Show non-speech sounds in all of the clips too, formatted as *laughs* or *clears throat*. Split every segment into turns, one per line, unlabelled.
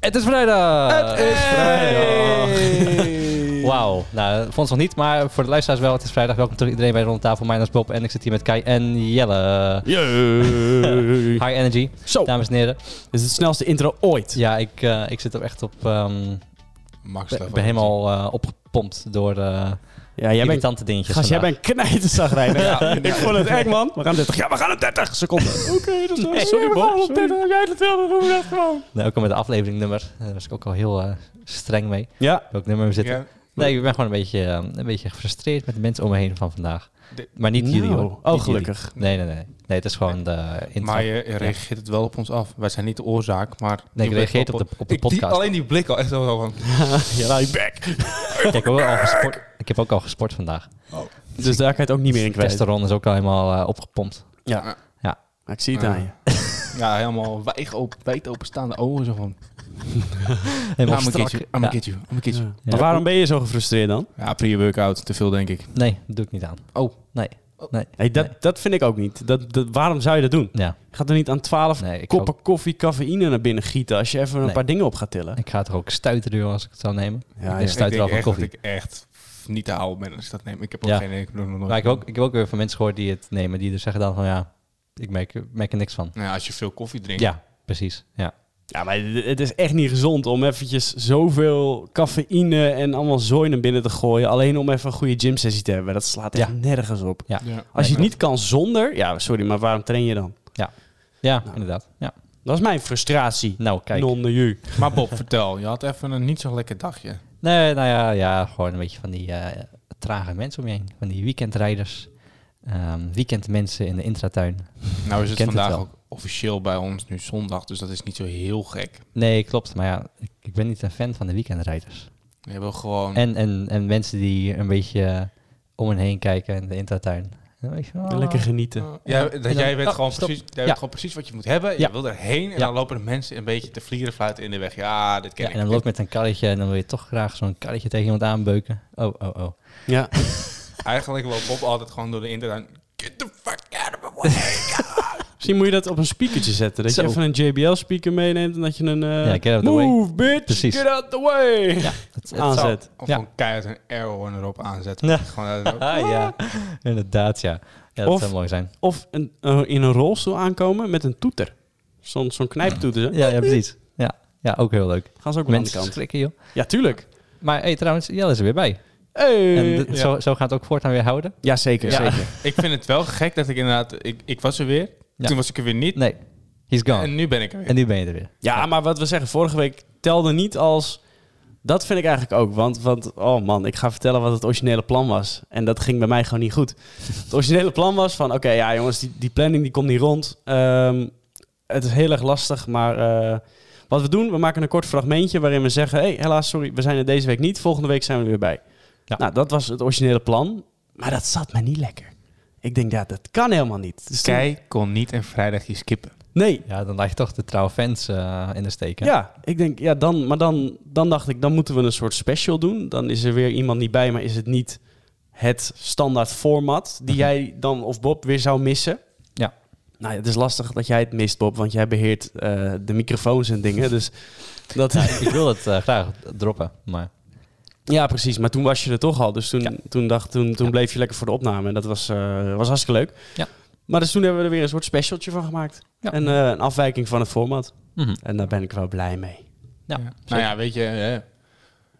Het is vrijdag!
Het is *laughs* vrijdag.
Wauw. Nou, vond nog niet, maar voor de luisteraars wel. Het is vrijdag. Welkom terug iedereen bij de rondtafel. Mijn naam is Bob en ik zit hier met Kai en Jelle.
Jee.
High energy,
Zo,
dames en heren.
dit is het snelste intro ooit.
Ja, ik, eh, ik zit er echt op... ehm,
Max
ik
level.
ben helemaal eh, opgepompt door de
Ja, jij bent...
irritante dingetjes
Gast, jij
vandaag.
bent *laughs* knijterzagrijnig.
Ja.
Ik vond het eng, man. We gaan 30. Ja, we gaan op 30 seconden. *laughs* Oké, dat is Sorry, Bob. Jij dat wilde, doen we dat gewoon.
Nou, ook al met de afleveringnummer. Daar was ik ook al heel eh, streng mee.
Ja.
Welk nummer we zitten.
Ja.
Nee, ik ben gewoon een beetje, eh, een beetje gefrustreerd met de mensen om me heen van vandaag.
De-
Maar niet jullie
Nou,
hoor. Niet
Oh,
jullie.
gelukkig.
Nee, nee, nee. Nee, het is gewoon de intro.
Maar je reageert het wel op ons af. Wij zijn niet de oorzaak, maar...
nee, ik
je
reageer
blik
op de, op de
Ik- die-
podcast.
alleen die blik al echt zo van...
*laughs* Ja, nou, je back.
Ik heb, ook al gesport, ik heb ook al gesport vandaag.
Dus daar kan je het ook niet meer in kwijt.
Testosteron is ook al helemaal eh, opgepompt.
Nou,
Ja.
Ja.
Maar ik zie het aan je.
Ja, helemaal wijd, open, wijd openstaande ogen zo van...
Helemaal
I'm a
strak.
kid you, I'm
Ja.
a kid you, I'm a kid you.
Ja. Maar waarom ben je zo gefrustreerd dan?
Ja, pre-workout, te veel denk ik.
Nee, dat doe ik niet aan.
Oh.
Nee. Nee.
Hey, dat,
Nee.
dat vind ik ook niet. Dat, dat, waarom zou je dat doen?
Ja.
Ga er niet aan 12
Nee, ik
koppen koffie, cafeïne naar binnen gieten als je even een
Nee.
paar dingen op gaat tillen.
Ik ga toch ook stuiten duwen als ik het zou nemen.
Ja,
Ik
ja.
stuit
ik
er al
denk
van
echt dat
koffie.
ik echt niet te houden ben als ik dat neem. Ik heb ook
Ja.
geen idee. Ik bedoel, nog nooit.
Maar ik heb, ook, ik heb ook weer van mensen gehoord die het nemen. Die er zeggen dan van ja, ik merk, merk er niks van.
Nou ja, als je veel koffie drinkt...
Ja, precies. Ja.
Ja, maar het het is echt niet gezond om eventjes zoveel cafeïne en allemaal zooi naar binnen te gooien. Alleen om even een goede gymsessie te hebben. Dat slaat echt
Ja.
nergens op.
Ja.
Als je het
Nee.
niet kan zonder, ja, sorry, maar waarom train je dan?
Ja,
Nou.
inderdaad. Ja.
Dat is mijn frustratie.
Nou, kijk.
Non de you.
Maar Bob, vertel. Je had even een niet zo lekker dagje.
Nee, nou ja, ja, gewoon een beetje van die eh, trage mensen om je heen. Van die weekendrijders. ehm, weekendmensen in de intratuin.
Nou is het
Kent het
vandaag
wel.
ook officieel bij ons nu zondag, dus dat is niet zo heel gek.
Nee, klopt. Maar ja, ik, ik ben niet een fan van de weekendrijders.
We hebben gewoon...
En, en, en mensen die een beetje eh, om hen heen kijken in de intratuin. Dan weet je, oh.
Lekker genieten.
Ja,
Ja,
dat
en dan-
jij weet,
oh,
gewoon
stop.
precies, jij
Ja.
weet gewoon precies wat je moet hebben.
Ja.
Je wil erheen en
Ja.
dan lopen de mensen een beetje te vlieren fluiten in de weg. Ja, dit ken
Ja,
ik.
en dan loopt met een karretje en dan wil je toch graag zo'n karretje tegen iemand aanbeuken. Oh, oh, oh.
Ja.
Eigenlijk loopt Bob altijd gewoon door de internet. Get the fuck out of my way.
Misschien moet je dat op een speakertje zetten. Dat
Zo.
je even een JBL speaker meeneemt en dat je een... eh,
Ja, get out the way.
move, bitch!
Precies.
Get out the way!
Het, het zou-
Aanzet.
Of
Ja.
gewoon keihard een airhorn erop aanzetten.
Ja.
Gewoon,
*laughs*
eh,
Ah, ja, inderdaad, ja. ja dat
Of-
zou mooi zijn.
Of een, eh, in een rolstoel aankomen met een toeter. Zo'n zo'n knijptoeter. hè?
Ja, ja, precies. Ja, ja, ook heel leuk.
Gaan ze ook wel aan de
Mensen
kant.
schrikken, joh.
Ja, tuurlijk.
Maar hey, trouwens, Jelle is er weer bij.
Hey.
En dit-
ja.
zo, zo gaat het ook voortaan weer houden.
Ja, zeker,
Ja.
zeker.
ik vind het wel gek dat ik inderdaad... Ik, ik was er weer.
Ja.
Toen was ik er weer niet.
Nee, he's gone.
En
En,
nu ben ik er weer.
nu ben je er weer.
Ja, maar wat we zeggen, vorige week telde niet als... Dat vind ik eigenlijk ook, want, want oh man, ik ga vertellen wat het originele plan was. En dat ging bij mij gewoon niet goed. Het originele plan was van, oké, ja jongens, die, die planning die komt niet rond. Ehm, het is heel erg lastig, maar eh, wat we doen, we maken een kort fragmentje waarin we zeggen... hey, helaas, sorry, we zijn er deze week niet, volgende week zijn we er weer bij.
Ja.
Nou, dat was het originele plan, maar dat zat mij niet lekker. Ik denk, ja, dat kan helemaal niet. Dus toen-
Kei kon niet een vrijdagje skippen.
Nee,
Ja, dan laat je toch de trouwe fans eh, in de steek. hè?
Ja, ik denk, ja, dan, maar dan, dan dacht ik, dan moeten we een soort special doen. Dan is er weer iemand niet bij, maar is het niet het standaard format die jij dan of Bob weer zou missen.
Mhm. Ja.
Nou, ja, het is lastig dat jij het mist, Bob, want jij beheert eh, de microfoons en dingen. Dus dat,
Ja, ik wil het eh, graag droppen, maar
ja, precies. Maar toen was je er toch al. Dus toen,
Ja.
toen, dacht, toen, toen
Ja.
bleef je lekker voor de opname. En dat was, eh, was hartstikke leuk.
Ja.
Maar dus toen hebben we er weer een soort specialtje van gemaakt.
Ja.
En eh, een afwijking van het format.
mhm.
En daar ben ik wel blij mee.
ja,
Ja.
zeker.
Nou ja, weet je... eh,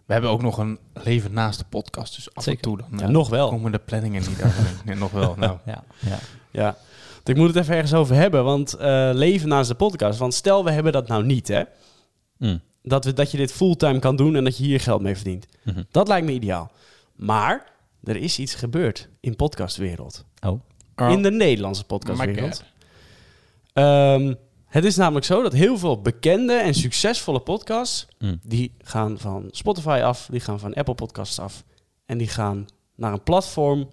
we hebben ook nog een leven naast de podcast. Dus af
Zeker.
en toe dan...
Ja,
eh,
nog wel.
Komen de planningen
*laughs*
niet uit? Nee, nog wel. Nou,
ja, ja.
Ja, Want ik moet het even ergens over hebben, want eh, leven naast de podcast. Want stel, we hebben dat nou niet, hè?
Mm.
Dat, we, dat je dit fulltime kan doen en dat je hier geld mee verdient.
Mhm.
Dat lijkt me ideaal. Maar er is iets gebeurd in podcastwereld.
Oh,
In de Nederlandse
Maar
podcastwereld. Ehm, het is namelijk zo dat heel veel bekende en succesvolle podcasts...
Mm.
die gaan van Spotify af, die gaan van Apple Podcasts af... en die gaan naar een platform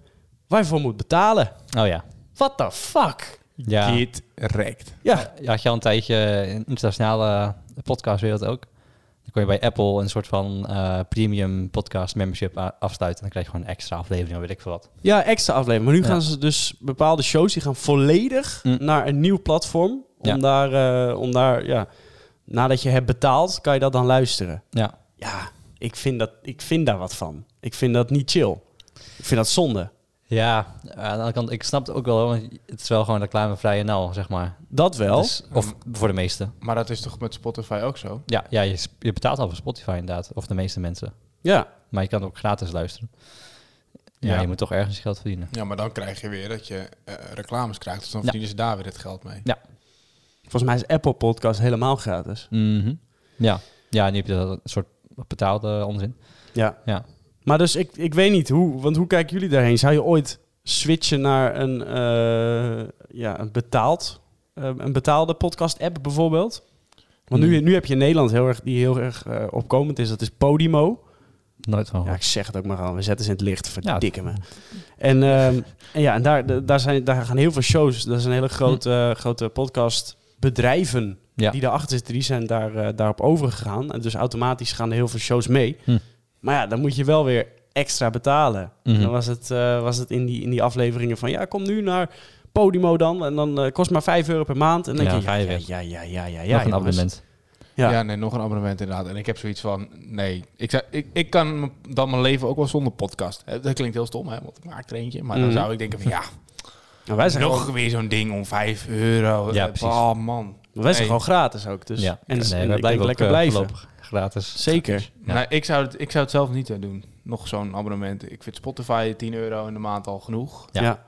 waar je voor moet betalen.
oh ja.
What the fuck?
ja.
Dit rekt.
Ja,
Je had je al een tijdje in de internationale podcastwereld ook. Dan kon je bij Apple een soort van eh, premium podcast membership a- afsluiten. En dan krijg je gewoon een extra aflevering, of weet ik veel wat.
Ja, extra aflevering. Maar nu
Ja.
gaan ze dus bepaalde shows die gaan volledig
Mm.
naar een nieuw platform. Om
Ja.
daar, eh, om daar ja, nadat je hebt betaald, kan je dat dan luisteren.
Ja.
Ja, ik vind, dat, ik vind daar wat van. Ik vind dat niet chill. Ik vind dat zonde.
Ja, eh, aan de andere kant, ik snap het ook wel, want het is wel gewoon reclamevrije NL, zeg maar.
Dat wel.
Dus- of voor de meeste.
Maar dat is toch met Spotify ook zo?
Ja, ja je, sp- je betaalt al voor Spotify inderdaad, of de meeste mensen.
ja.
Maar je kan ook gratis luisteren. Ja,
Ja.
je moet toch ergens geld verdienen.
Ja, maar dan krijg je weer dat je eh, reclames krijgt. Dus dan
Ja.
verdienen ze daar weer het geld mee.
Volgens mij is Apple Podcast helemaal gratis.
Mhm. Ja. ja, nu heb je dat een soort betaalde onzin.
Ja.
Ja.
Maar dus ik, ik weet niet hoe, want hoe kijken jullie daarheen? Zou je ooit switchen naar een, eh, ja, een, betaald, eh, een betaalde podcast-app bijvoorbeeld? Want nu,
Hmm.
nu heb je in Nederland heel erg, die heel erg eh, opkomend is, dat is Podimo.
Nooit van
Ja,
gehoord.
ik zeg het ook maar al, we zetten ze in het licht, verdikken me.
Oh. Ja.
En, ehm, en ja, en daar, de- daar, zijn, daar gaan heel veel shows, daar zijn hele grote, eh, grote podcastbedrijven
Hm. Ja.
die daarachter zitten, die zijn daar, eh, daarop overgegaan. En dus automatisch gaan er heel veel shows mee.
Hm.
Maar ja, dan moet je wel weer extra betalen.
Mhm.
Dan was het, eh, was het in, die, in die afleveringen van ja, kom nu naar Podimo dan. En dan eh, kost maar 5 euro per maand. En dan
Ja,
denk je,
ga
ja,
je
ja,
weg.
ja, ja, ja, ja, ja.
Ja, nog een
jongens.
abonnement.
Ja.
Ja. nee, nog een abonnement inderdaad. En ik heb zoiets van, nee. Ik, zou, ik, ik kan m- dan mijn leven ook wel zonder podcast. Eh, Dat klinkt heel stom, hè, want ik maak er eentje. Maar
Mhm.
dan zou ik denken van, ja,
Nou, *laughs* wij zijn,
nog
gewoon,
weer zo'n ding om 5 euro.
Ja,
Eh,
precies.
Oh, man.
wij zijn
Nee.
gewoon gratis ook. Dus.
ja.
En,
Nee,
en
we
ik denk
blijven ook,
lekker
eh,
blijven.
voorlopig gratis.
Zeker.
Ja.
Nee, ik, zou het, ik zou het zelf niet eh, doen. Nog zo'n abonnement. Ik vind Spotify 10 euro in de maand al genoeg.
Ja.
Ja. Ja.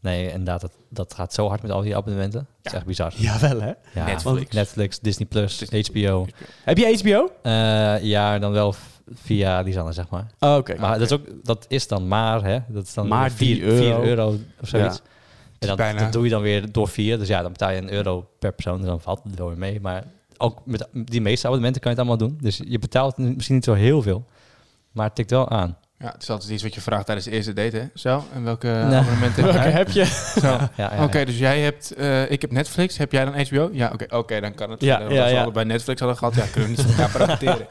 Nee, inderdaad, dat, dat gaat zo hard met al die abonnementen. Het is
Ja.
echt bizar.
Jawel hè.
Ja,
Netflix.
Netflix, Disney+, Plus,
Disney+.
HBO.
Heb je HBO?
Eh, ja, dan wel v- via Lisanne, zeg maar.
Oh, Oké.
Maar dat, is ook, dat is dan maar, hè? Dat is dan
Maar
4
die euro.
of zoiets.
Ja.
En dan,
Bijna.
dat doe je dan weer door 4. Dus ja, dan betaal je een euro per persoon. Dus dan valt het wel weer mee. Maar ook met die meeste abonnementen kan je het allemaal doen. Dus je betaalt n- misschien niet zo heel veel. Maar het tikt wel aan.
Ja, het is altijd iets wat je vraagt tijdens de eerste date, hè? Zo, en welke eh,
Nee. *laughs*
abonnementen heb
Welke
jij?
heb je?
Zo.
Ja, ja, ja.
Oké, dus jij hebt, eh, ik heb Netflix, heb jij dan HBO? Ja, oké, oké, dan kan het.
Ja,
Eh,
ja,
Als we
ja.
allebei Netflix hadden gehad, ja, kunnen we niet van elkaar profiteren.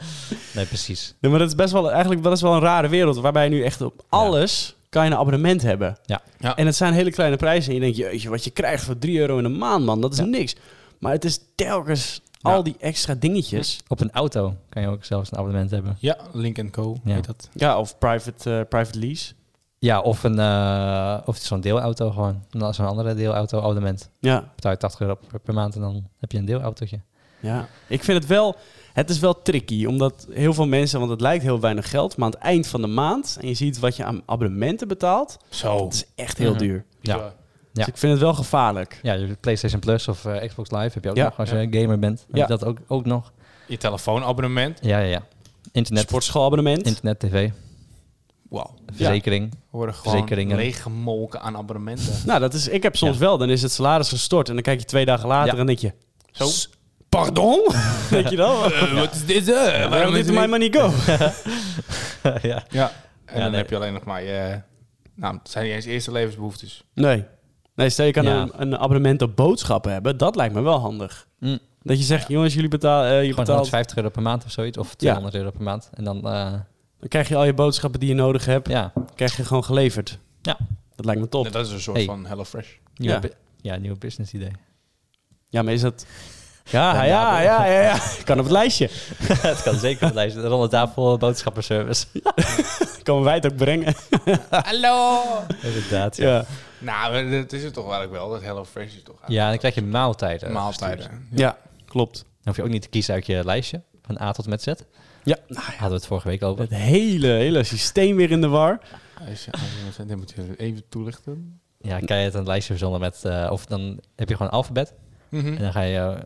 Nee, precies.
Nee, maar dat is best wel, eigenlijk dat is wel een rare wereld. Waarbij je nu echt op alles kan je een abonnement hebben.
Ja.
Ja.
En het zijn hele kleine prijzen. En je denkt, jeetje, wat je krijgt voor 3 euro in de maand, man. Dat is
Ja.
niks. Maar het is telkens
Ja.
al die extra dingetjes.
Op een auto kan je ook zelfs een abonnement hebben.
*laughs* Ja, Link Co.
Ja.
Heet dat.
Ja, of private, eh, private lease.
Ja, of, een, eh, of zo'n deelauto gewoon. Nou, Zo'n andere deelauto abonnement.
Ja.
Betaal je 80 euro per, per maand en dan heb je een deelautootje.
ja. Ik vind het wel... Het is wel tricky, omdat heel veel mensen... Want het lijkt heel weinig geld, maar aan het eind van de maand... En je ziet wat je aan abonnementen betaalt.
Zo.
Dat is echt heel
Mhm.
duur.
Ja.
Dus ik vind het wel gevaarlijk.
Ja, je PlayStation Plus of eh, Xbox Live heb je ook
Ja.
nog als je gamer bent. Heb
Ja.
je dat ook, ook nog?
Je telefoonabonnement.
Ja, ja, ja. Internet,
Sportschoolabonnement.
internet tv,
Wauw.
verzekering.
Worden gewoon
Verzekeringen.
leeggemolken aan abonnementen.
Nou, dat is, ik heb soms
Ja.
wel, dan is het salaris gestort. En dan kijk je twee dagen later
Ja.
en denk je...
Zo.
"S- Pardon?
*laughs*
denk je dan?
*laughs* Eh, Wat is dit? eh?
Waarom
is
did
dit
my money go?
*laughs* *laughs* Ja.
Ja. En
Ja,
dan
nee.
heb je alleen nog maar je... Nou, het zijn niet eens eerste levensbehoeftes.
Nee. Nee, stel je kan
Ja.
een, een abonnement op boodschappen hebben. Dat lijkt me wel handig.
Mm.
Dat je zegt, jongens, jullie betalen... eh, je
Gewoon
betaalt,
150 euro per maand of zoiets. Of 200 euro per maand. En dan, eh,
dan krijg je al je boodschappen die je nodig hebt.
ja,
Krijg je gewoon geleverd.
Ja.
Dat lijkt me top.
En dat is een soort
Hey.
van Hello
*laughs*
Fresh.
nieuwe,
Ja.
ja. ja, nieuwe business idee.
Ja, maar is dat... Ja,
Ja,
ja,
maar-
ja, ja, ja. *laughs* Kan op het lijstje.
*laughs* Het kan zeker op de lijst. Rond de tafel eh, boodschappenservice.
Komen wij het ook brengen.
Hallo!
*laughs* Inderdaad. Ja.
Ja.
Nou, maar dat is het toch eigenlijk wel. Dat Hello Fresh is toch
ja, eh, en dan krijg je maaltijden.
eigenlijk maaltijden.
ja, klopt.
Dan hoef je ook niet te kiezen uit je lijstje. Van A tot en met Z.
Ja.
Hadden we het vorige week over.
Het hele, hele systeem weer in de war.
Als je abonnement bent, dan moet je het even toelichten.
Ja, kan je het een lijstje verzonnen met... eh, of dan heb je gewoon een alfabet.
Mhm.
En dan ga je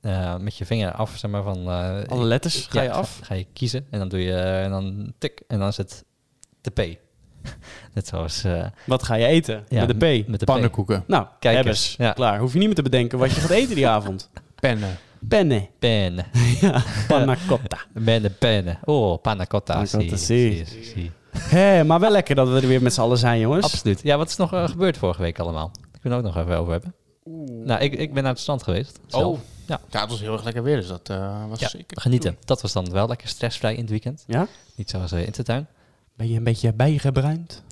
eh, met je vinger af, zeg maar, van... eh,
Alle letters ga
ja,
je af.
Ga, je kiezen en dan doe je... En dan tik en dan is het de P. *laughs* Net zoals... eh,
Wat ga je eten?
ja,
Met de P.
Met de P.
Pannenkoeken.
Nou,
Kijk
hebben
eens,
ze.
ja.
Klaar. Hoef je niet meer te bedenken wat je gaat eten die *laughs* avond.
Pennen.
Pennen.
Pen.
Ja, panna cotta.
Met de pennen. Oh, panna cotta.
Panna cotta,
zie,
zie. Dus-
zie, zie.
Hé, maar wel lekker dat we er weer met z'n allen zijn, jongens.
Absoluut. Ja, wat is nog eh, gebeurd vorige week allemaal? Ik wil het ook nog even over hebben. Nou, ik, ik ben naar het strand geweest. zelf.
Oh, ja. het was heel erg lekker weer, dus dat eh, was
Ja,
zeker.
Genieten. Dat was dan wel lekker stressvrij in het weekend.
Ja?
Niet zoals eh, in de tuin.
Ben je een beetje bijgebruind?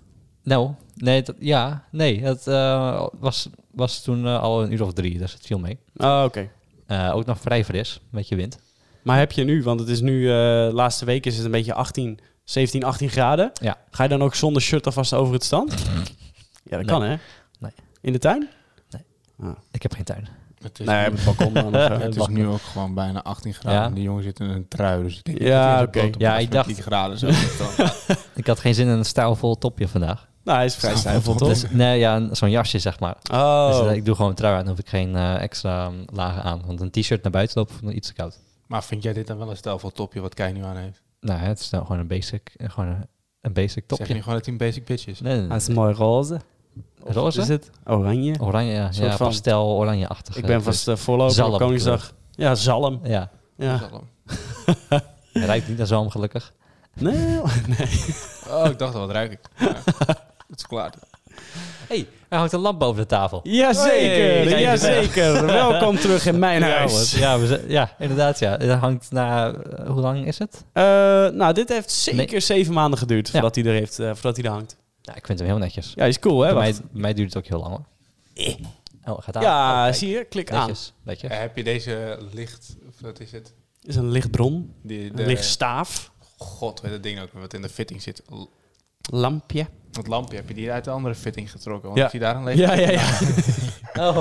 Nou, nee, dat, ja, nee. Het eh, was, was toen eh, al een uur of drie, dus het viel mee.
Oh, oké.
Eh, ook nog vrij fris, met je wind.
Maar heb je nu, want het is nu, eh, de laatste week is het een beetje 18, 17, 18 graden.
Ja.
Ga je dan ook zonder shirt alvast over het strand? *laughs* ja, dat kan hè?
Nee.
In de tuin?
Ik heb geen tuin.
Het is,
nee, op Dus het balkon *laughs* dan. of zo.
het is
Mag-
nu ook gewoon bijna 18 graden.
Eh, Ja.
En Die jongen zit in een trui. Dus ik denk,
Ja,
het is een
oké.
blote
Ja,
pas
ik
met
dacht-
10
*laughs*
graden zo. Dan-
Ik had geen zin in een stijlvol topje vandaag.
Nou, hij is vrij stijfvol toch?
Dus, nee, ja, een- zo'n jasje zeg maar. Dus
Oh,
eh, ik doe gewoon een trui aan, dan hoef ik geen eh, extra mm, lagen aan. Want een t-shirt naar buiten lopen vond ik iets te koud.
maar vind jij dit dan wel een stijlvol topje wat Kei nu aan heeft?
Nou, hè, het is nou gewoon een basic, eh, gewoon een, een basic topje.
Zeg je niet gewoon dat hij een basic bitch is?
Nee, nee, nee.
hij Ah, is mooi roze. Of
Roze?
Is het? Oranje.
Oranje, ja,
soort
ja
van-
pastel, oranje-achtig.
ik
eh,
ben vast eh, voorloper
Zalm eh.
op Koningsdag. Ja, zalm.
kleur. Ja,
Ja.
hij ruikt niet naar zalm gelukkig.
Nee,
Oh, ik dacht al, wat
*laughs*
ruik ik? Ja. Het is klaar.
hey, hij hangt een lamp boven de tafel.
Jazeker,
Hey,
jazeker.
*laughs*
Welkom terug in mijn huis.
Ja, we zijn- ja, inderdaad, ja. Het hangt na... eh, hoe lang is het?
Eh, nou, dit heeft zeker zeven maanden geduurd voordat, hij er heeft, eh, voordat hij er hangt.
Ja, ik vind hem heel netjes.
Ja, is cool hè?
bij, mij,
Wacht.
bij mij duurt het ook heel lang hoor. Oh, gaat aan. Oh,
Ja,
kijk.
zie je? Klik aan.
Netjes, netjes.
Eh, heb je deze licht, of wat is het?
is een lichtbron,
Die,
een
de,
lichtstaaf,
God, weet dat ding ook weer wat in de fitting zit. L-
lampje.
Dat lampje, heb je die uit de andere fitting getrokken? Want
Ja.
ja. je daar een leeg?
Ja, ja, ja.
Oh,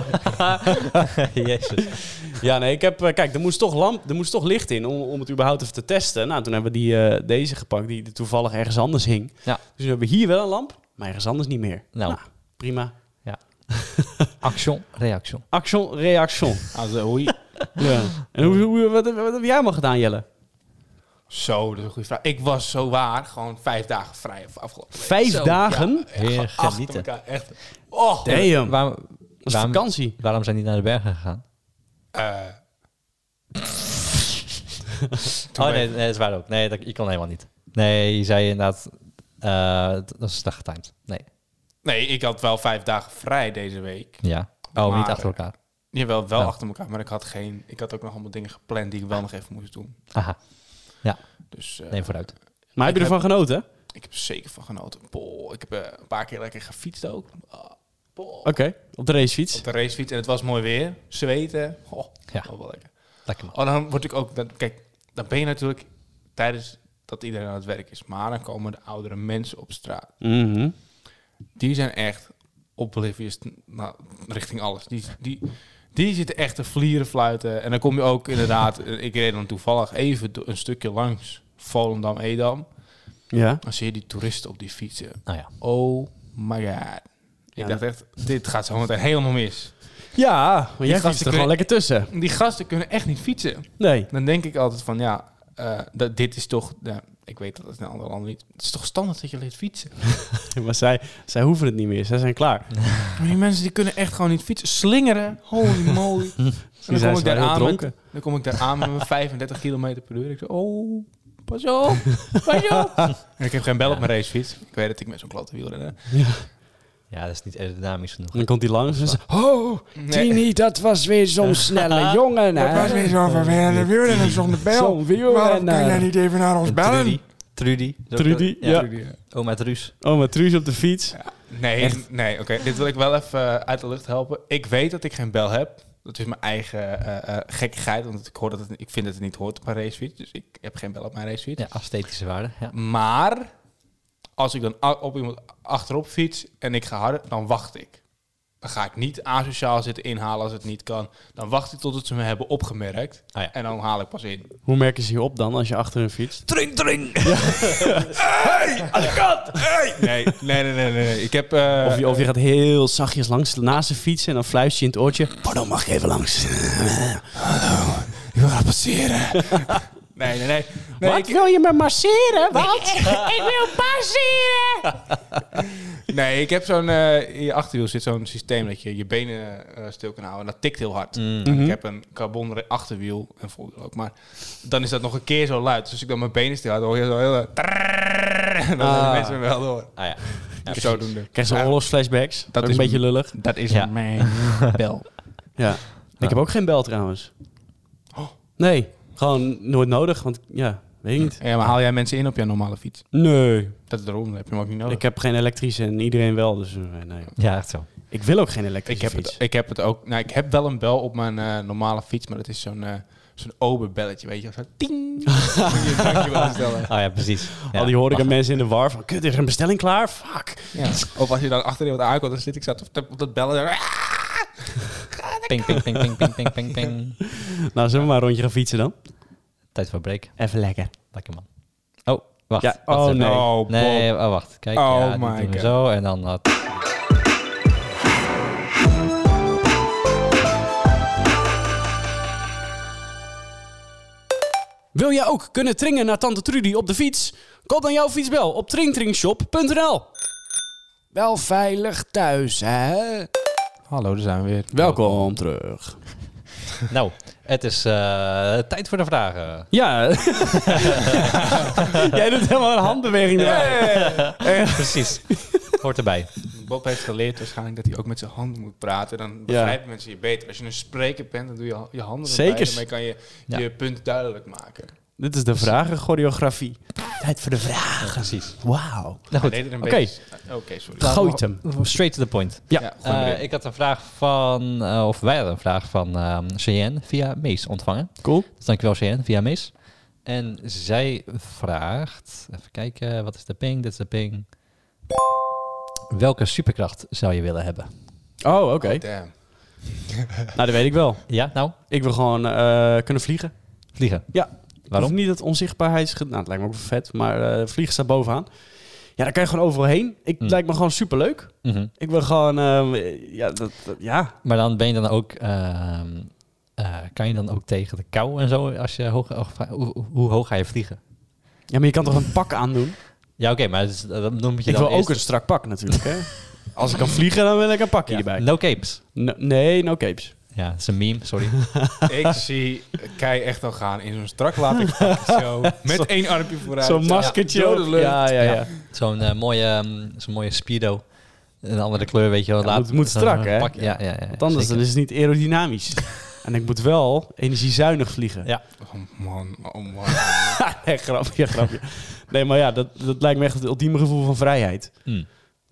*laughs* jezus.
ja, nee, ik heb... eh, kijk, er moest toch, lamp, er moest toch licht in om, om het überhaupt even te testen. Nou, toen hebben we die, eh, deze gepakt, die er toevallig ergens anders hing.
Ja.
Dus we hebben hier wel een lamp, maar ergens anders niet meer.
Nou.
prima.
Action, reaction.
Action, reaction.
Ah, zo, oei.
ja. En hoe, hoe, wat, wat heb jij allemaal gedaan, Jelle?
Zo, dat is een goede vraag. Ik was zo waar gewoon vijf dagen vrij af- afgelopen week.
Vijf
Zo,
dagen?
Ja, echt,
Heer,
achter
genieten.
elkaar, echt. Oh,
Damn.
Waarom,
Dat is
Waarom-
vakantie.
waarom zijn die naar de bergen gegaan?
eh,
Oh nee, nee, dat is waar ook. Nee, dat, ik kon helemaal niet. Nee, je zei inderdaad... eh, dat dat is slecht getimed. Nee,
nee, ik had wel vijf dagen vrij deze week.
ja. Oh,
Maar,
niet achter elkaar.
Jawel, wel
Ja.
achter elkaar, maar ik had geen... Ik had ook nog allemaal dingen gepland die ik wel nog even moest doen.
Aha,
Dus eh,
nee, vooruit.
Maar heb je
Ik
ervan genoten? Oké.
ik heb er zeker van genoten. Boah, ik heb eh, een paar keer lekker gefietst ook. Ah, boah.
Op de racefiets.
Op de racefiets en het was mooi weer. Zweten. Oh,
Ja.
oh, wel lekker.
Lekker man.
Oh, dan word ik ook... Dan, kijk, dan ben je natuurlijk tijdens dat iedereen aan het werk is. Maar dan komen de oudere mensen op straat.
Mhm.
Die zijn echt oblivious n- nou, richting alles. Die, die, die zitten echt te vlieren fluiten. En dan kom je ook inderdaad... eh, ik reed dan toevallig even do- een stukje langs Volendam-Edam.
Ja.
Dan zie je die toeristen op die fietsen.
Nou ja.
Oh my god. Ik
Ja.
dacht echt, dit gaat zo meteen helemaal mis.
Ja, want jij
gasten
gaat er
kunnen-
gewoon lekker tussen.
Die gasten kunnen echt niet fietsen.
Nee. *laughs*
Dan denk ik altijd van, ja, eh, dat, dit is toch... ja, ik weet dat het in andere landen niet... Het is toch standaard dat je leert fietsen?
Maar zij, zij hoeven het niet meer. Zij zijn klaar.
*laughs* Maar die mensen die kunnen echt gewoon niet fietsen. Slingeren, *laughs* holy moly. En
Misschien zijn ze wel heel
aan met,
dronken.
dan kom ik daar aan met *laughs* mijn 35 kilometer per uur. Ik zeg, oh, pas *laughs* op, pas op. En ik heb geen bel op mijn racefiets. Ik weet dat ik met zo'n klote wielrenner...
Ja, dat is niet aerodynamisch genoeg.
En dan komt hij langs en ze... Oh,
*laughs*
Tini, dat was weer zo'n snelle jongen, hè?
zo vervelend. Wielrenner zonder
Nou, eh, Zo'n wielrenner.
niet even naar ons
Trudy. Trudy.
Trudy, ja.
Oma Truus.
Oh, maar Truus op de fiets.
Nee, nee oké. Dit wil ik wel even eh, uit de lucht helpen. Ik weet dat ik geen bel heb. Dat is mijn eigen eh, eh, gekkigheid. Want ik, hoor dat het, ik vind dat het niet hoort op mijn racefiets. Dus ik heb geen bel op mijn racefiets.
Ja, esthetische waarde. Ja.
Maar als ik dan a- op iemand achterop fiets en ik ga harder, dan wacht ik. Dan ga ik niet asociaal zitten inhalen als het niet kan. Dan wacht ik totdat ze me hebben opgemerkt.
Ah ja.
En dan haal ik pas in.
Hoe merken ze je op dan als je achter hun fietst?
Tring, tring!
Nee, nee, nee, nee. nee. Ik heb... eh,
Of je, of je gaat heel zachtjes langs naast de fietsen en dan fluistje je in het oortje. Pardon, mag ik even langs?
*laughs* Ik wil gaan passeren. *laughs* nee, nee, nee. nee
Wat?
ik-
wil je me masseren? Wat? *laughs* ik wil passeren!
Nee, ik heb zo'n... eh, in je achterwiel zit zo'n systeem dat je je benen eh, stil kan houden. En dat tikt heel hard. En
Mhm.
Ik heb een carbon re- achterwiel en voorwiel ook. Maar dan is dat nog een keer zo luid. Dus als ik dan mijn benen stil houd, dan hoor je zo heel... eh, trrrr. En dan zijn
Ah.
de mensen me wel door.
Ah ja.
Dus zodoende.
Krijg je zo'n oorlogsflashbacks? Dat is een
is-
beetje lullig.
Dat is
Ja.
mijn bel.
Ja. Oh. Ik heb ook geen bel trouwens. Nee, gewoon nooit nodig, want ja, weet ik niet.
Ja, maar haal jij mensen in op jouw normale fiets?
Nee.
Dat is daarom, dan heb je hem ook niet nodig.
Ik heb geen elektrische en iedereen wel, dus eh, nee.
Ja, echt zo. Oh,
Ik Ik wil ook geen
Ik
elektrische
heb,
fiets.
het, ik heb het ook. Nou, ik heb wel een bel op mijn eh, normale fiets, maar dat is zo'n eh zo'n oberbelletje, weet je. Zo ting. Moet je een drankje wel bestellen.
Oh ja, precies. Ja,
Al die horeca
wacht.
mensen in de war van, kut, is er een bestelling klaar? Fuck.
Ja. Of als je dan achterin wat aankomt, dan zit ik zo te- te- op dat bellen. Ah,
Ah, Ping, ping, ping, ping, ping, ping, ping, ping.
Nou, zullen we maar een rondje gaan fietsen dan?
Tijd voor break.
Even lekker.
Lekker man. Oh, wacht.
Ja,
wacht
oh
even.
nee.
oh,
Nee,
Bob.
oh wacht. Kijk,
Oh
ja, dit
my
doen we
God.
zo en dan dat. *laughs*
Wil jij ook kunnen tringen naar Tante Trudy op de fiets? Koop dan jouw fietsbel op tringtringshop.nl. Wel veilig thuis, hè?
Hallo, daar zijn we weer.
Welkom terug.
nou, het is eh, tijd voor de vragen.
Ja. *laughs* Jij doet helemaal een handbeweging erbij.
Precies. Hoort erbij.
*laughs* Bob heeft geleerd waarschijnlijk dat hij ook met zijn handen moet praten. Dan begrijpen mensen je beter. Als je een spreker bent, dan doe je je handen
Zeker. Nou
erbij. Daarmee kan je
Ja.
je punt duidelijk maken.
Dit is de vragenchoreografie. Tijd voor de vragen.
Precies.
Wauw.
Nou goed.
Hij deed er een
oké.
beetje- eh, Oké, sorry.
Nou,
Gooit hem.
Straight to the point.
Ja.
gooi
Eh,
maar in.
ik had een vraag van, eh, of wij hadden een vraag van ehm Cheyenne via Mees ontvangen.
Cool.
Dus dankjewel Cheyenne via Mees. En zij vraagt, even kijken, wat is de ping? Dit is de ping. Welke superkracht zou je willen hebben?
Oh, oké.
Oh, damn.
Nou, dat weet ik wel.
Ja, nou,
Ik wil gewoon eh, kunnen vliegen.
vliegen.
Ja.
Waarom?
Of niet dat onzichtbaarheid... Nou, het lijkt me ook wel vet, maar eh, vliegen staat bovenaan. Ja, daar kan je gewoon overal heen. Ik
Mm.
lijkt me gewoon superleuk.
Mhm.
Ik wil gewoon... ehm, ja, dat, dat- ja.
Maar dan ben je dan ook, ehm, eh, kan je dan ook tegen de kou en zo, als je hoog, hoog- hoe, hoe hoog ga je vliegen?
ja, maar je kan toch een pak aandoen?
Ja, oké, maar dus, eh, dan dan moet *laughs* je
Ik
dan
wil ook
eerst-
een strak pak natuurlijk, hè. Als ik kan *laughs* vliegen, dan wil ik een pakje
Ja,
erbij.
No capes.
No- nee, no capes.
Ja, dat is een meme,
*laughs*
sorry.
Ik zie Kei echt al gaan in zo'n strak laat ik zo met één armpje vooruit.
Zo'n maskertje.
Ja,
op.
door de lucht.
Ja, ja, ja.
Ja. Zo'n eh, mooie, ehm, zo'n mooie speedo. Een andere kleur, weet je wel.
Ja,
laat-
moet- moet
zo'n eh,
strak, hè?
pak- Ja, ja, ja.
Want anders dan
zeker.
is het niet aerodynamisch.
*laughs*
en ik moet wel energiezuinig vliegen.
Ja.
Oh man, oh man.
*laughs* nee, grapje, grapje. Nee, maar ja, dat, dat lijkt me echt het ultieme gevoel van vrijheid.
Mm.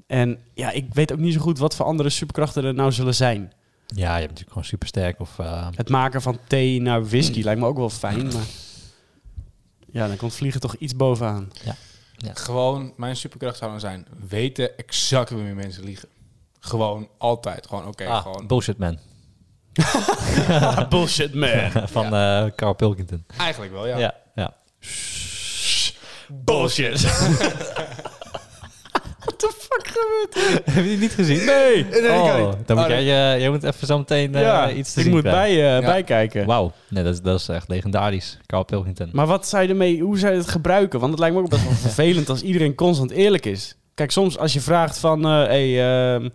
En ja, ik weet ook niet zo goed wat voor andere superkrachten er nou zullen zijn.
Ja, je hebt natuurlijk gewoon supersterk of... eh,
Het maken van thee naar whisky lijkt me ook wel fijn, maar... Ja, dan komt vliegen toch iets bovenaan.
Gewoon, mijn superkracht zou dan zijn, weten exact wanneer mensen liegen. Gewoon, altijd. Gewoon, oké,
ah,
gewoon.
Bullshit Man.
Bullshit, man.
Van eh, Carl Pilkington.
Eigenlijk wel, ja.
Ja, ja.
Bullshit.
*laughs* Heb je die niet gezien?
Nee.
oh, dan moet
Oh,
jij,
nee.
eh, jij moet even zo meteen eh,
ja,
iets te
ik
zien
moet bij,
krijgen.
eh,
Ja.
bijkijken.
Wauw, nee, dat, is, dat is echt legendarisch. Carl Pilkington.
Maar wat zou je ermee, hoe zou je het gebruiken? Want het lijkt me ook best wel vervelend als iedereen constant eerlijk is. Kijk, soms als je vraagt van, eh hey, ehm,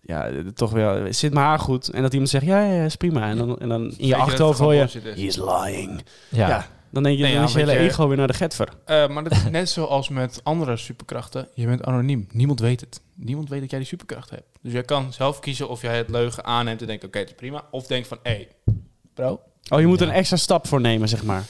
ja, eh, toch wel, zit mijn haar goed? En dat iemand zegt, ja, ja, ja, is prima. En dan, en dan in je
Weet dat het
achterhoofd hoor
gewoon
je,
bullshit is?
he is lying.
ja.
Ja. Dan denk je,
Nee,
dan
ja,
is je hele
weet je-
ego weer naar de getver.
Eh, maar dat is net zoals met andere superkrachten. Je bent anoniem. Niemand weet het. Niemand weet dat jij die superkracht hebt. Dus jij kan zelf kiezen of jij het leugen aanneemt en denkt, oké, het is prima. Of denkt van, hé, bro.
Oh, je moet
Ja.
er een extra stap voor nemen, zeg maar.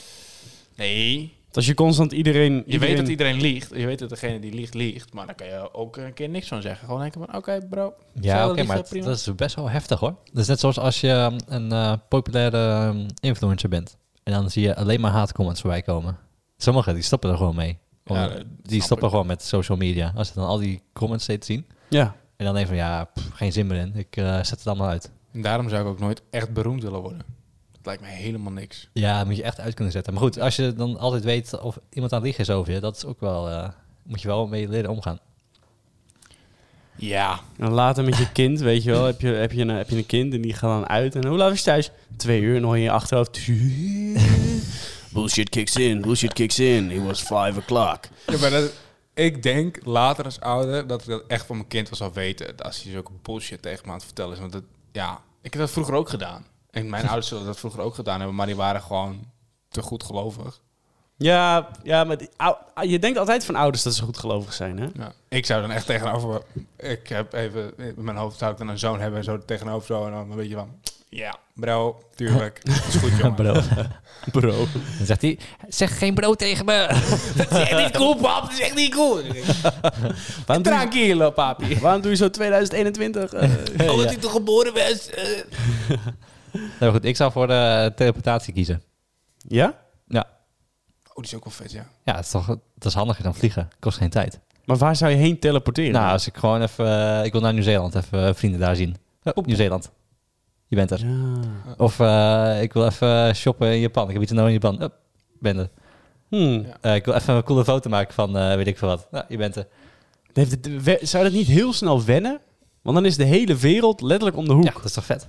Nee,
Want als je constant iedereen...
Je weet dat iedereen liegt. Je weet dat degene die liegt, liegt. Maar daar kan je ook een keer niks van zeggen. Gewoon denken van, oké bro.
Ja,
Zou
oké,
dat niet
maar
zo
het-
prima?
dat is best wel heftig hoor. Dat is net zoals als je um, een eh, populaire um, influencer bent. En dan zie je alleen maar haatcomments voorbij komen. Sommigen die stoppen er gewoon mee. Om-
Ja, dat
die
snap
stoppen
ik.
gewoon met social media. Als ze dan al die comments steeds zien.
Ja.
En dan even van ja, pff, geen zin meer in. Ik eh, zet het allemaal uit.
En daarom zou ik ook nooit echt beroemd willen worden. Dat lijkt me helemaal niks.
Ja, dat moet je echt uit kunnen zetten. Maar goed, als je dan altijd weet of iemand aan het liegen is over je, dat is ook wel. eh, moet je wel mee leren omgaan.
Ja.
En later met je kind, weet je wel, heb je, heb, je een, heb je een kind en die gaat dan uit. En hoe laat is je thuis? Twee uur en dan hoor je in je achterhoofd... *laughs* Bullshit kicks in, bullshit kicks in. It was five o'clock.
maar dat- ik denk later als ouder dat ik dat echt van mijn kind wel zou weten. dat Als hij zulke bullshit tegen me aan het vertellen is. Want dat, ja, ik heb dat vroeger ook gedaan. En *laughs* mijn ouders zullen dat vroeger ook gedaan hebben. Maar die waren gewoon te goed gelovig.
Ja, ja maar die ou- je denkt altijd van ouders dat ze goed gelovig zijn, hè?
Ja. Ik zou dan echt tegenover... Ik heb even... In mijn hoofd zou ik dan een zoon hebben en zo tegenover zo. En dan een beetje van... Ja, bro, *laughs* tuurlijk. Dat is goed, jongen.
Bro.
Bro.
*laughs* Dan zegt hij, zeg geen bro tegen me.
Dat is echt niet cool, pap. Dat is echt niet cool.
Waarom doe,
Tranquilo, hier, loop, papi.
je, waarom doe je zo 2021? eh? *laughs*
Omdat ik toch geboren was. eh.
Nou goed, ik zou voor de teleportatie kiezen.
ja?
Ja,
Oh, die is ook wel vet, ja.
ja dat, is toch, dat is handiger dan vliegen. Kost geen tijd.
Maar waar zou je heen teleporteren?
Nou, als ik gewoon even... eh, ik wil naar Nieuw-Zeeland, even eh, vrienden daar zien. Eh, Op Nieuw-Zeeland. Je bent er.
Ja.
Of eh, ik wil even shoppen in Japan. Ik heb iets nodig in Japan. Hup, ben er.
Hmm.
Ja.
Eh, ik wil even een coole foto maken van eh, weet ik veel wat. Nou, je bent er.
Heeft het- we- zou dat niet heel snel wennen? Want dan is de hele wereld letterlijk om de hoek.
Ja, dat is toch vet?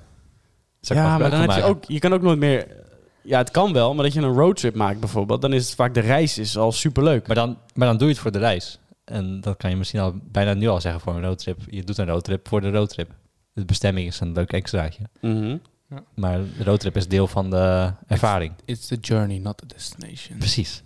Zou ik
ja,
wel
maar
gebruik
dan
van
heb je
maken.
ook, je kan ook nooit meer. Ja, het kan wel, maar dat je een roadtrip maakt bijvoorbeeld, dan is het vaak de reis is al superleuk.
Maar dan, maar dan doe je het voor de reis. En dat kan je misschien al bijna nu al zeggen voor een roadtrip. Je doet een roadtrip voor de roadtrip. De bestemming is een leuk extraatje.
Mhm.
Maar de roadtrip is deel van de ervaring.
It's the journey, not the destination.
Precies.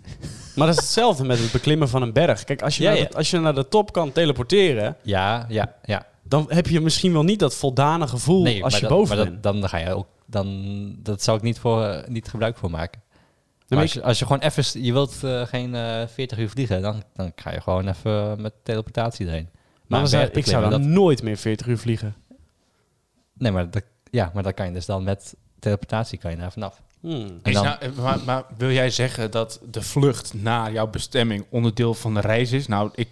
Maar dat is hetzelfde met het beklimmen van een berg. Kijk, als je,
Ja,
naar,
ja.
de- als je naar de top kan teleporteren,
Ja, ja, ja.
dan heb je misschien wel niet dat voldane gevoel als je
maar dat,
boven
maar
bent.
dat, dan ga je ook... Dan, dat zou ik niet, voor, eh, niet gebruik voor maken. Maar
maar
als, je, als je gewoon even... s- Je wilt eh, geen eh 40 uur vliegen. Dan, dan ga je gewoon even met teleportatie erheen.
Maar dan
een
zou-
berg
ik zou dan
beklimmen,
nooit meer 40 uur vliegen.
dat- Nee, maar dat, ja, maar dat kan je dus dan met teleportatie kan je daar vanaf.
Hmm.
En
Is
dan-
nou, eh, maar, maar wil jij zeggen dat de vlucht naar jouw bestemming onderdeel van de reis is? Nou, ik,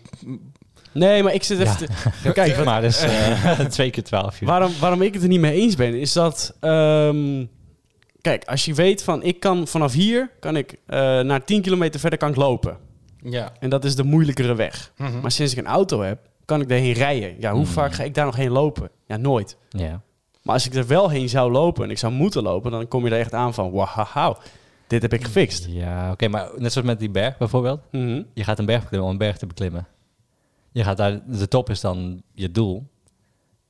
Nee, maar ik zit even
Ja.
te-
Kijk, maar
*laughs*
dus eh, *laughs* twee keer twaalf uur.
Waarom, waarom ik het er niet mee eens ben, is dat. ehm, kijk, als je weet van ik kan vanaf hier kan ik eh, naar 10 kilometer verder kan ik lopen.
ja.
En dat is de moeilijkere weg.
Mhm.
Hm.
Maar sinds ik een auto heb, kan ik daarheen rijden. Ja, hoe
Mm.
vaak ga ik daar nog heen lopen? Ja, nooit.
Ja.
Maar als ik er wel heen zou lopen en ik zou moeten lopen, dan kom je er echt aan van wauw, dit heb ik gefixt.
Ja, oké, maar net zoals met die berg bijvoorbeeld.
Mhm.
Je gaat een berg beklimmen om een berg te beklimmen. Je gaat daar, de top is dan je doel.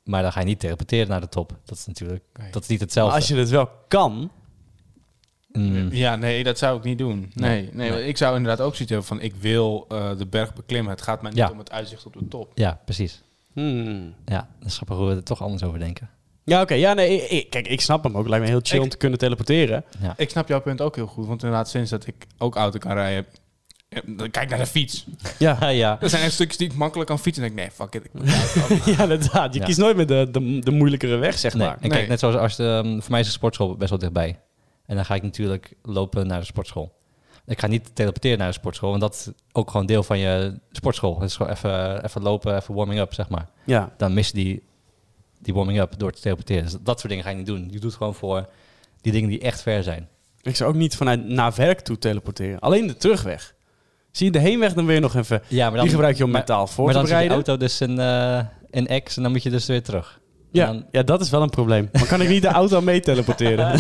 Maar dan ga je niet teleporteren naar de top. Dat is natuurlijk,
Nee.
dat is niet
Maar
hetzelfde.
als je het wel kan,
Mm,
ja, nee, dat zou ik niet doen. Nee, nee, want ik zou inderdaad ook zoiets hebben van ik wil eh, de berg beklimmen. Het gaat mij niet
Ja.
om het uitzicht op de top.
ja, precies.
hmm.
Ja, dat is grappig hoe we er toch anders over denken.
ja, oké, ja, nee, ik- ik- kijk, ik snap hem ook. Lijkt me heel chill
Ik-
om te kunnen
*laughs*
teleporteren.
Ik snap jouw punt ook heel goed, want inderdaad sinds dat ik ook auto kan rijden, eh, dan kijk naar de fiets.
*laughs* Ja,
Ah, *laughs* ja.
Er zijn echt stukjes die ik makkelijk kan fietsen. En ik nee, fuck it. Ik
ja, inderdaad. Je
Ja.
kiest nooit meer de, de, de moeilijkere weg, zeg
Nee,
maar.
en kijk,
Nee.
net zoals als de, ehm, voor mij is de sportschool best wel dichtbij. En dan ga ik natuurlijk lopen naar de sportschool. Ik ga niet teleporteren naar de sportschool, want dat is ook gewoon deel van je sportschool. Het is gewoon even, even lopen, even warming up, zeg maar.
Ja.
Dan mis je die, die warming up door te teleporteren. Dus dat soort dingen ga je niet doen. Je doet het gewoon voor die dingen die echt ver zijn.
Ik zou ook niet vanuit naar werk toe teleporteren. Alleen de terugweg. Zie je de heenweg dan weer nog even.
Ja, maar
die gebruik je om
maar-
mentaal voor
maar
te
dan zit je
bereiden.
auto dus een, eh een ex en dan moet je dus weer terug.
Ja,
en dan-
ja, dat is wel een probleem. Dan kan ik niet de auto mee *laughs* teleporteren.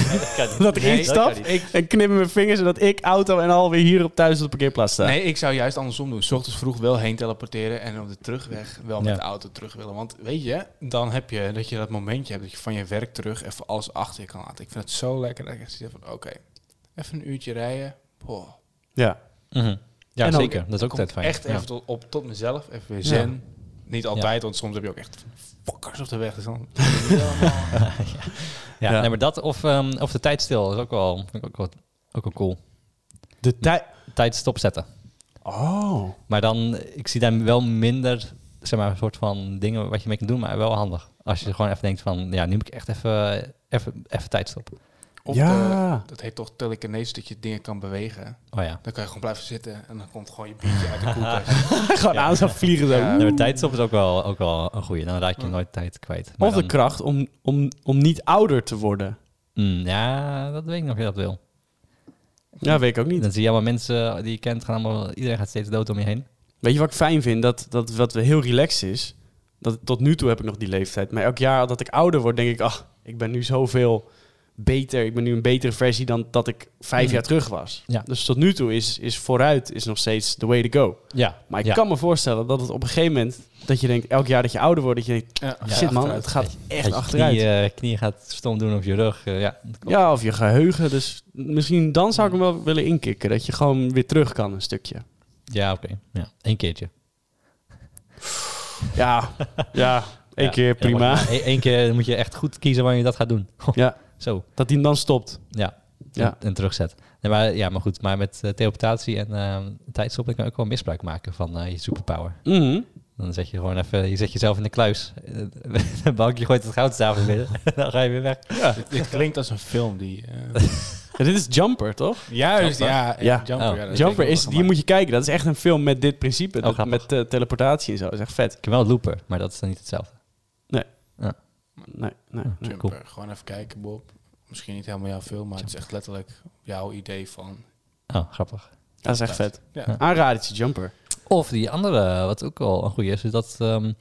dat ik
Nee,
instap
dat
en knip met mijn vingers... en dat ik auto en alweer hier op thuis op de parkeerplaats sta.
Nee, ik zou juist andersom doen. 's ochtends vroeg wel heen teleporteren en op de terugweg wel met
Ja.
de auto terug willen. Want weet je, dan heb je dat je dat momentje hebt dat je van je werk terug even alles achter je kan laten. Ik vind het zo lekker dat ik echt zoiets heb van, oké, even een uurtje rijden. Boah.
Ja.
Mhm. Ja,
En dan-
zeker. Dat is ook
Kom ik
altijd fijn.
Echt
Ja.
even tot, op, tot mezelf, even weer zen. Niet altijd, want soms heb je ook echt fokkers op de weg. Dus dan
Ja,
Ja.
Nee, maar dat of, ehm, of de tijd stil is ook wel, vind ik ook wel, ook wel cool.
De tijd...
Tijd stopzetten.
Oh.
Maar dan, ik zie daar wel minder, zeg maar, een soort van dingen wat je mee kan doen, maar wel handig. Als je gewoon even denkt van, ja, nu moet ik echt even, even, even tijd stoppen.
of de-
ja.
dat heet toch telekinesis, dat je dingen kan bewegen.
Oh ja.
Dan kan je gewoon blijven zitten en dan komt gewoon je biertje uit de koelkast.
Gewoon aan zou vliegen zo.
Ja.
Nee, maar tijd stoppen is ook wel, ook wel een goeie. Dan raak je nooit tijd kwijt. Maar
Of de
dan-
kracht om, om, om niet ouder te worden.
Mm, ja, dat weet ik nog of je dat wil.
Ja, weet ik ook niet.
Dan zie je allemaal mensen die je kent, gaan allemaal, iedereen gaat steeds dood om je heen.
Weet je wat ik fijn vind? Dat, dat wat heel relaxed is. Dat, tot nu toe heb ik nog die leeftijd. Maar elk jaar dat ik ouder word, denk ik... Ach, ik ben nu zoveel beter. Ik ben nu een betere versie dan dat ik vijf
Mm.
jaar terug was.
Ja.
Dus tot nu toe is, is vooruit is nog steeds the way to go.
Ja,
Maar ik kan me voorstellen dat het op een gegeven moment... Dat je denkt, elk jaar dat je ouder wordt... Dat je denkt,
Ja,
shit man,
achteruit.
het gaat echt
je eh,
achteruit.
Knieën, knieën gaat stom doen op je rug. eh, ja, dat klopt.
Ja, of je geheugen. Dus misschien dan zou ik hem wel willen inkikken. Dat je gewoon weer terug kan een stukje.
Ja, oké. Ja, één keertje.
Ja, ja. Eén
Ja,
keer
ja,
prima.
*laughs* e-, maar- maar Eén één keer moet je echt goed kiezen wanneer je dat gaat doen. *laughs*
Ja.
Zo,
Dat hij hem dan stopt.
ja.
Ja.
En, en terugzet. Nee, maar, ja, maar goed. Maar met eh, teleportatie en eh tijdstopping kan je ook wel misbruik maken van eh, je superpower.
Mhm.
Dan zet je gewoon even, je zet jezelf in de kluis. *laughs* Een bankje gooit het
*laughs*
goudstaaf binnen. *laughs* dan ga je weer weg.
Dit, dit klinkt als een film die... eh,
Ja, dit is Jumper, toch?
juist,
Jumper.
ja. en
Ja.
Jumper,
Oh.
ja, dat is
Jumper
denk ik
is,
wel Oh,
die moet je kijken. Dat is echt een film met dit principe. dat-
grappig.
met eh, teleportatie en zo. Dat is echt vet.
Ik heb wel Looper, maar dat is dan niet hetzelfde.
Nee, nee.
Ja.
gemaakt.
Cool.
Jumper, gewoon even kijken, Bob. Misschien niet helemaal jouw film, maar het is echt letterlijk jouw idee van...
Oh, grappig.
Dat is echt vet.
Ja.
Ja.
Aanradertje Jumper.
Of die andere, wat ook wel een goede is, is dat ehm,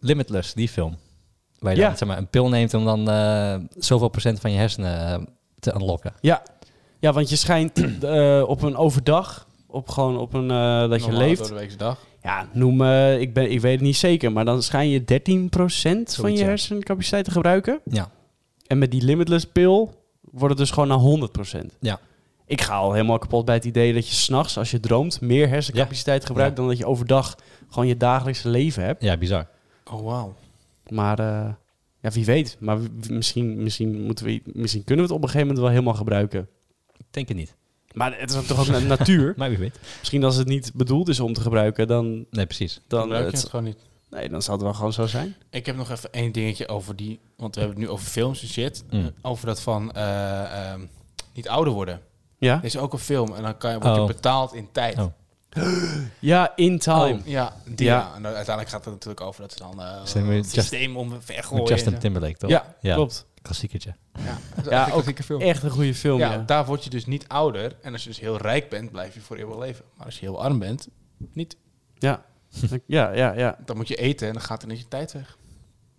Limitless, die film. Waar je
Ja.
dan zeg maar, een pil neemt om dan eh, zoveel procent van je hersenen eh, te unlocken.
Ja, want je schijnt *clears throat* eh, op een overdag, op gewoon op een eh, dat je
Normaal
leeft.
door de weekse dag.
Ja, noem, eh, ik, ben, ik weet het niet zeker, maar dan schijn je 13% van je
ja.
hersencapaciteit te gebruiken.
Ja.
En met die limitless pil wordt het dus gewoon naar 100%.
Ja.
Ik ga al helemaal kapot bij het idee dat je s'nachts, als je droomt, meer hersencapaciteit gebruikt dan dat je overdag gewoon je dagelijkse leven hebt.
Ja, bizar.
Oh, wauw.
Maar eh, ja, wie weet. Maar w- w- misschien, misschien, moeten we, misschien kunnen we het op een gegeven moment wel helemaal gebruiken.
Ik denk het niet.
Maar het is toch ook na- natuur.
Maar wie weet.
Misschien als het niet bedoeld is om te gebruiken, dan,
Nee, precies.
dan,
Gebruik je
het-
eh, het gewoon niet.
nee, dan zal het wel gewoon zo zijn.
Ik heb nog even één dingetje over die... Want we hebben het nu over films en shit.
Mm.
Over dat van eh, ehm, niet ouder worden.
Ja,
Er is ook een film en dan kan je, word je
Oh.
betaald in tijd. Oh,
Oh.
ja in time.
Ja, die,
Oh. Ja.
ja. En dan, uiteindelijk gaat het natuurlijk over dat ze dan eh
Zijn we
het
Just-
systeem om weggooien.
Met Justin Timberlake, toch?
Ja,
Klopt.
Klassiekertje.
ja, dat is
Ja,
echt
ook
een film.
Echt een goede film, ja.
Ja, daar word je dus niet ouder. En als je dus heel rijk bent, blijf je voor eeuwig leven. Maar als je heel arm bent, niet.
Ja. ja, ja, ja.
Dan moet je eten en dan gaat ineens je tijd weg.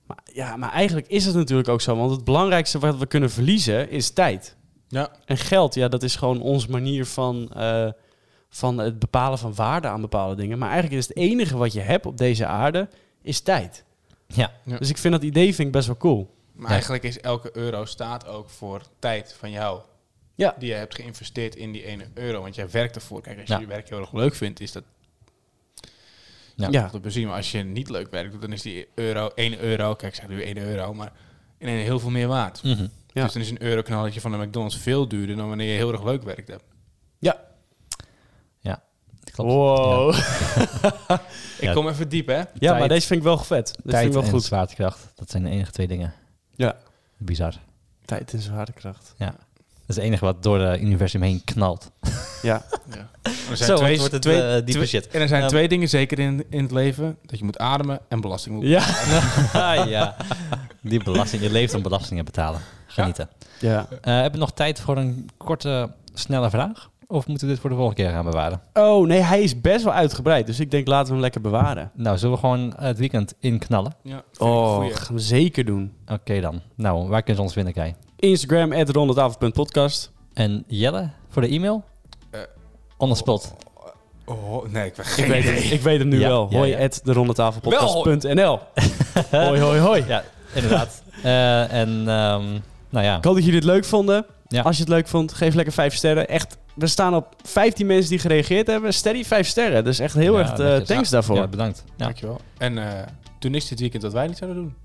Maar, ja, maar eigenlijk is het natuurlijk ook zo. Want het belangrijkste wat we kunnen verliezen is tijd.
Ja.
En geld, ja, dat is gewoon onze manier van, eh, van het bepalen van waarde aan bepaalde dingen. Maar eigenlijk is het enige wat je hebt op deze aarde, is tijd.
Ja.
Ja.
Dus ik vind dat idee vind ik best wel cool.
Maar
Ja.
eigenlijk is elke euro staat ook voor tijd van jou.
Ja.
Die je hebt geïnvesteerd in die ene euro. Want jij werkt ervoor. Kijk, als je
Ja.
je werk heel erg leuk vindt, is dat
Ja.
Ja,
op de benzine. Maar als je niet leuk werk doet, dan is die euro 1 euro. Kijk, ik zeg nu 1 euro, maar in één heel veel meer waard.
Mhm.
Ja.
Dus dan is een euroknalletje van de McDonald's veel duurder dan wanneer je heel erg leuk werkt hebt.
Klopt.
Wow. Ja,
Ik kom even diep, hè?
maar
Tijd-
deze vind ik wel vet. Deze
Tijd
vind ik
en
wel goed.
zwaartekracht. Dat zijn de enige twee dingen.
Ja.
Bizar.
Tijd en zwaartekracht.
Dat is het enige wat door het universum heen knalt.
Ja.
Ja. Er
Zo, het wordt het, eh, diepe
twee-
shit.
En er zijn
Ja.
twee dingen zeker in, in het leven. Dat je moet ademen en belasting moet
Ja.
Ah, ja. Die belasting. Je leeft om belastingen betalen. Genieten.
ja.
Eh, hebben we nog tijd voor een korte, snelle vraag? Of moeten we dit voor de volgende keer gaan bewaren?
Oh, nee, hij is best wel uitgebreid. Dus ik denk, laten we hem lekker bewaren.
Nou, zullen we gewoon het weekend inknallen?
Ja, vind ik een
Oh,
goeie.
dat gaan we zeker doen.
Oké dan. Nou, waar kunnen ze ons vinden, Kai?
Instagram, at rondetafel.podcast.
En Jelle, voor de e-mail?
Eh,
On the
*laughs*
spot.
Oh, nee, ik ben
Ik
geen
weet
idee.
hem, ik weet hem nu
Ja,
wel.
ja,
Hoi,
ja.
at derondetafelpodcast.nl. hoi, hoi, hoi.
Ja, inderdaad. Eh, en, ehm, nou ja.
Ik hoop dat jullie dit leuk vonden.
Ja.
Als je het leuk vond, geef lekker 5 sterren. Echt, we staan op 15 mensen die gereageerd hebben. Steady 5 sterren. Dus echt heel
Ja,
erg eh,
netjes.
thanks daarvoor.
Ja, bedankt. Ja,
Dankjewel. En eh doe niks dit weekend dat wij niet zouden doen.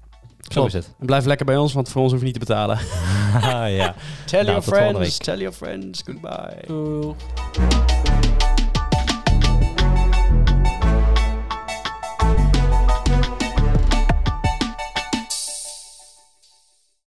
zo
*laughs*
is het.
En blijf lekker bij ons, want voor ons hoef je niet te betalen.
Ah, ja.
Tell
Nou,
your
tot volgende
friends.
week.
Tell your friends. Goodbye.
Doeg.